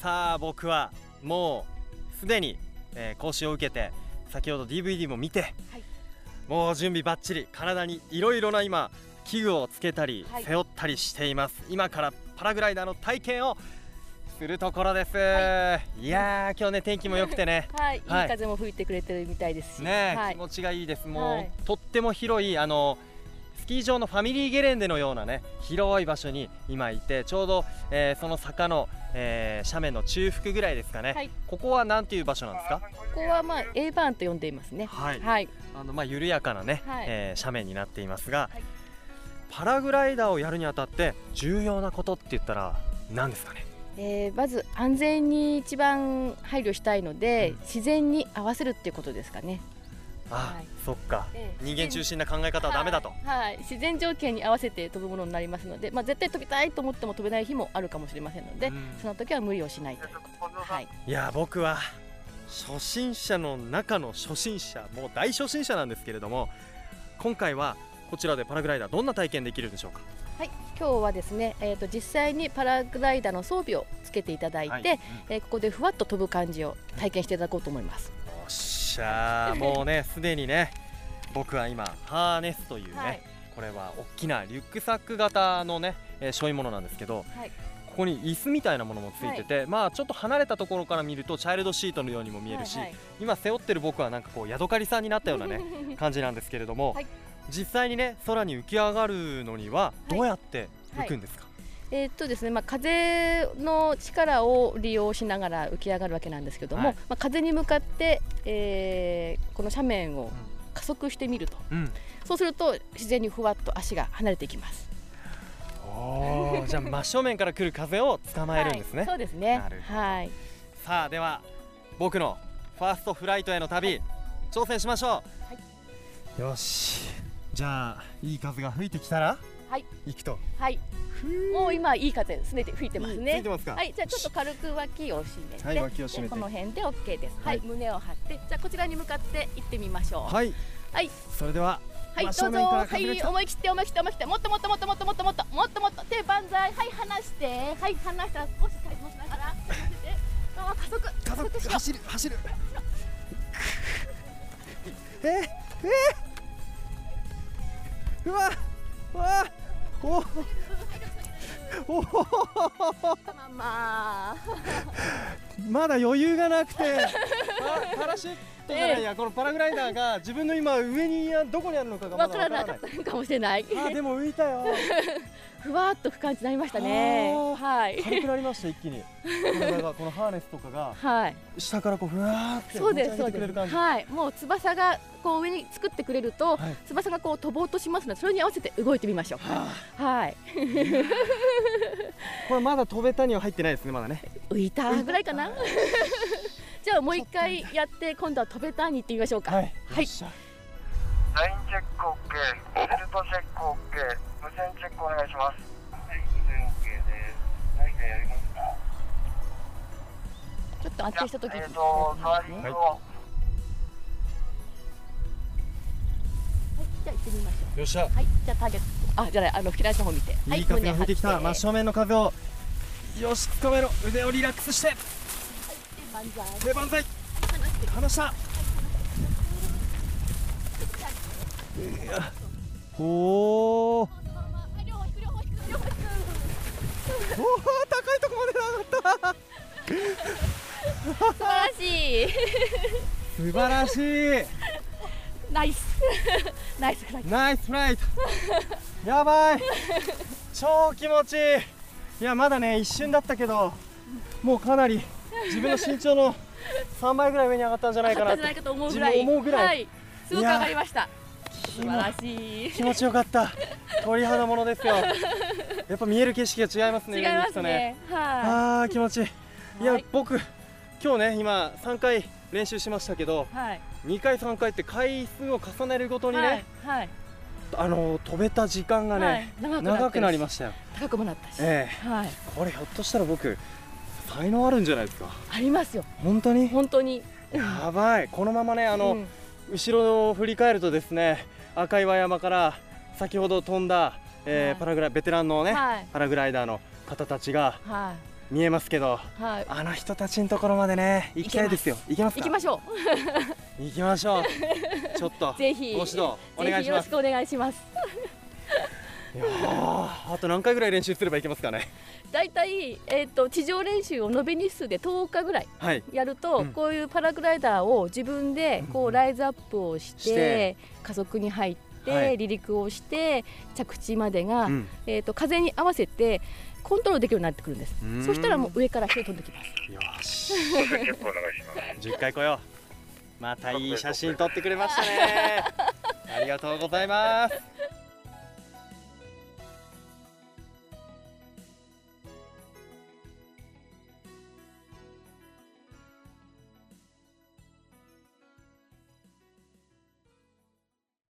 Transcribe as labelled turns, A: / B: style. A: さあ僕はもうすでに、えー講習を受けて先ほど DVD も見て、
B: はい
A: もう準備ばっちり体にいろいろな今器具をつけたり、
B: はい
A: 背負ったりしています今からパラグライダーの体験をするところです、い、やー今日ね天気も良くてね
B: はい、いい
A: はい
B: 風も吹いてくれてるみたいですし、
A: ねえ、
B: は
A: 気
B: い、
A: 持ちがいいですもう、
B: はい
A: とっても広いあのスキー場のファミリーゲレンデのようなね広い場所に今いてちょうど、えーその坂の、えー斜面の中腹ぐらいですかね、
B: はい
A: ここはなんていう場所なんですか
B: ここはまあ A バーンと呼んでいますね。
A: はい
B: はい、
A: あのまあ緩やかなね、
B: はい
A: えー斜面になっていますが、
B: はい
A: パラグライダーをやるにあたって重要なことって言ったら何ですかね
B: えーまず安全に一番配慮したいので、
A: うん
B: 自然に合わせるっていうことですかね。
A: あ、
B: はい
A: そっか人間中心
B: 心
A: な考え方はダメだと、
B: はい、はい自然条件に合わせて飛ぶものになりますので、まあ絶対飛びたいと思っても飛べない日もあるかもしれませんので、
A: うん
B: その時は無理をしないということ。はい、
A: いや僕は初心者の中の初心者もう大初心者なんですけれども今回はこちらでパラグライダーどんな体験できるんでしょうか
B: はい、今日はですね、えっ、と実際にパラグライダーの装備をつけていただいて、
A: はい
B: えーここでふわっと飛ぶ感じを体験していただこうと思います。
A: おっしゃ ーもうねすでにね僕は今ハーネスというね、
B: はい
A: これは大きなリュックサック型のね、えー、しょいものなんですけど
B: はい、
A: ここに椅子みたいなものもついてて、まあちょっと離れたところから見るとチャイルドシートのようにも見えるし、
B: はいはい
A: 今背負ってる僕はなんかこうヤドカリさんになったようなね感じなんですけれども、
B: はい
A: 実際にね空に浮き上がるのには
B: はい
A: どうやって浮くんですか、
B: えーっとですね、まあ、風の力を利用しながら浮き上がるわけなんですけども、
A: はい
B: まあ、風に向かって、えーこの斜面を加速してみると
A: うん
B: そうすると自然にふわっと足が離れていきます
A: おー じゃあ真正面から来る風を捕まえるんですね、
B: はい、そうですね
A: なるほど
B: はい
A: さあでは僕のファーストフライトへの旅、挑戦しましょう、よしじゃあいい風が吹いてきたら、
B: はい
A: 行くと
B: はい、もう今いい風すねて吹いてま
A: い
B: す
A: い吹
B: ね
A: いてますか
B: はいじゃあちょっと軽く脇を締めて、
A: はい脇を締めて
B: でこの辺で OK です
A: は
B: はいい、胸を張ってじゃあこちらに向かって行ってみましょう
A: はい
B: はい
A: それでは
B: はい、ど
A: 真
B: うぞ、
A: 正面から
B: は
A: 風が来
B: い、
A: た
B: 思い切って、思い切って、思い切って、もっともっともっともっともっともっともっともっと手万歳、はい、離して、はい、離したら少し体操しなが ら、離せて、あー加速、
A: 加
B: 加
A: 速
B: 速しろ、
A: 走る走る えー、えー、うわうわおお
B: まあまあ、
A: まだ余裕がなくて パパラシュットじゃないや、このパラグライダーが自分の今上にあどこにあるのかがま
B: わ
A: だ
B: から
A: わからな
B: なかっ
A: い
B: たかもしれ ない。
A: あでも浮いた よ
B: ふわっとく感じになりましたね
A: あー。
B: はい、
A: 軽くなりました一気にこのだからこのハーネスとかが
B: はい、
A: 下からこうふわーって
B: そう
A: 持ち
B: です、
A: 上げ
B: そ
A: て
B: う
A: くれる
B: です。
A: 感じ
B: はい、もう翼がこう上に作ってくれると
A: はい、
B: 翼がこう飛ぼうとしますので、それに合わせて動いてみましょう。はい、
A: これまだ飛べたには入ってないですねまだね
B: 浮いたぐらいかな。 じゃあもう一回やって、今度は飛べたに行ってみましょうか。
A: はい、
B: は
A: よっ
B: い。
A: しゃ
C: ラインチェック OK、ベルトチェック OK、無線チェックお願いします。はい、無線 OK です。何かやりますか
B: ちょっと安定した時に
C: えっ、ー、と、座り
A: はい
C: を、
B: はいじゃあ行ってみましょ
A: よっしゃ
B: う。はい、じゃあターゲット、あ、じゃない、あの、吹き出しの方見て。はい
A: い風が吹いてきた、
B: 胸張
A: 真
B: って
A: 正面の風をよしつかめろ腕をリラックスして
B: はいで万歳。
A: 手万歳
B: 離して、
A: 離したおー
B: そのままはい両方引く、両方引く、両方引く。
A: おー高いとこまで上がった
B: 素晴らし
A: 素晴らしい
B: い。ナイス。ナイス、ナイス。
A: ナイスフライト やばい超気持ちいいいやまだね一瞬だったけどもうかなり自分の身長の3倍ぐらい上に上がったんじゃないか
B: 勝
A: なっ
B: たじゃない
A: て
B: かと思うぐらい。
A: 自分思うぐらい
B: はい。すごく上がりました。
A: 気
B: 素晴
A: も
B: らしい。
A: 気持ちよかった鳥肌ものですよやっぱ見える景色が違いますね
B: 違い
A: 上に
B: ま
A: 行く
B: す
A: と
B: ね。は
A: あー気持ちいい、い、
B: は
A: や
B: い
A: 僕今日ね今3回練習しましたけど
B: い。はい。
A: 2回3回って回数を重ねるごとにね、
B: はい。はい。
A: あの飛べた時間がね、
B: はい長くなってるし
A: 長くなりましたよ、
B: 高くもなったし。
A: え
B: はい。
A: えこれひょっとしたら僕才能あるんじゃないですか
B: ありますよ。
A: 本当に
B: 本当に。
A: やばいこのままねあの、
B: うん
A: 後ろを振り返るとですね赤岩山から先ほど飛んだ、えー
B: はい
A: パラグラベテランのね、
B: はい
A: パラグライダーの方たちが
B: はい。
A: 見えますけど
B: はい
A: あの人たちのところまでね行きたいですよ行けますか
B: 行きましょ
A: 行きましょう ちょっと
B: うぜひ
A: ご指導お願
B: ぜ
A: い
B: ひ
A: し
B: よろ
A: ま
B: し
A: す
B: くお願いします
A: いやーあと何回ぐらい練習すればいけますかね
B: だいたい、えー、と地上練習を延べ日数で10日ぐらい
A: はい
B: やると、
A: うん
B: こういうパラグライダーを自分でこ
A: うんう
B: うんライズアップをして,、
A: して
B: 加速に入って、
A: はい
B: 離陸をして着地までが、
A: うん
B: えー、と風に合わせてコントロールできるようになってくるんです
A: うーん
B: そしたらもう上から飛んできます
A: よし
C: 無線チェックお願いします。
A: 10回来よ うまたいい写真撮ってくれましたねありがとうございます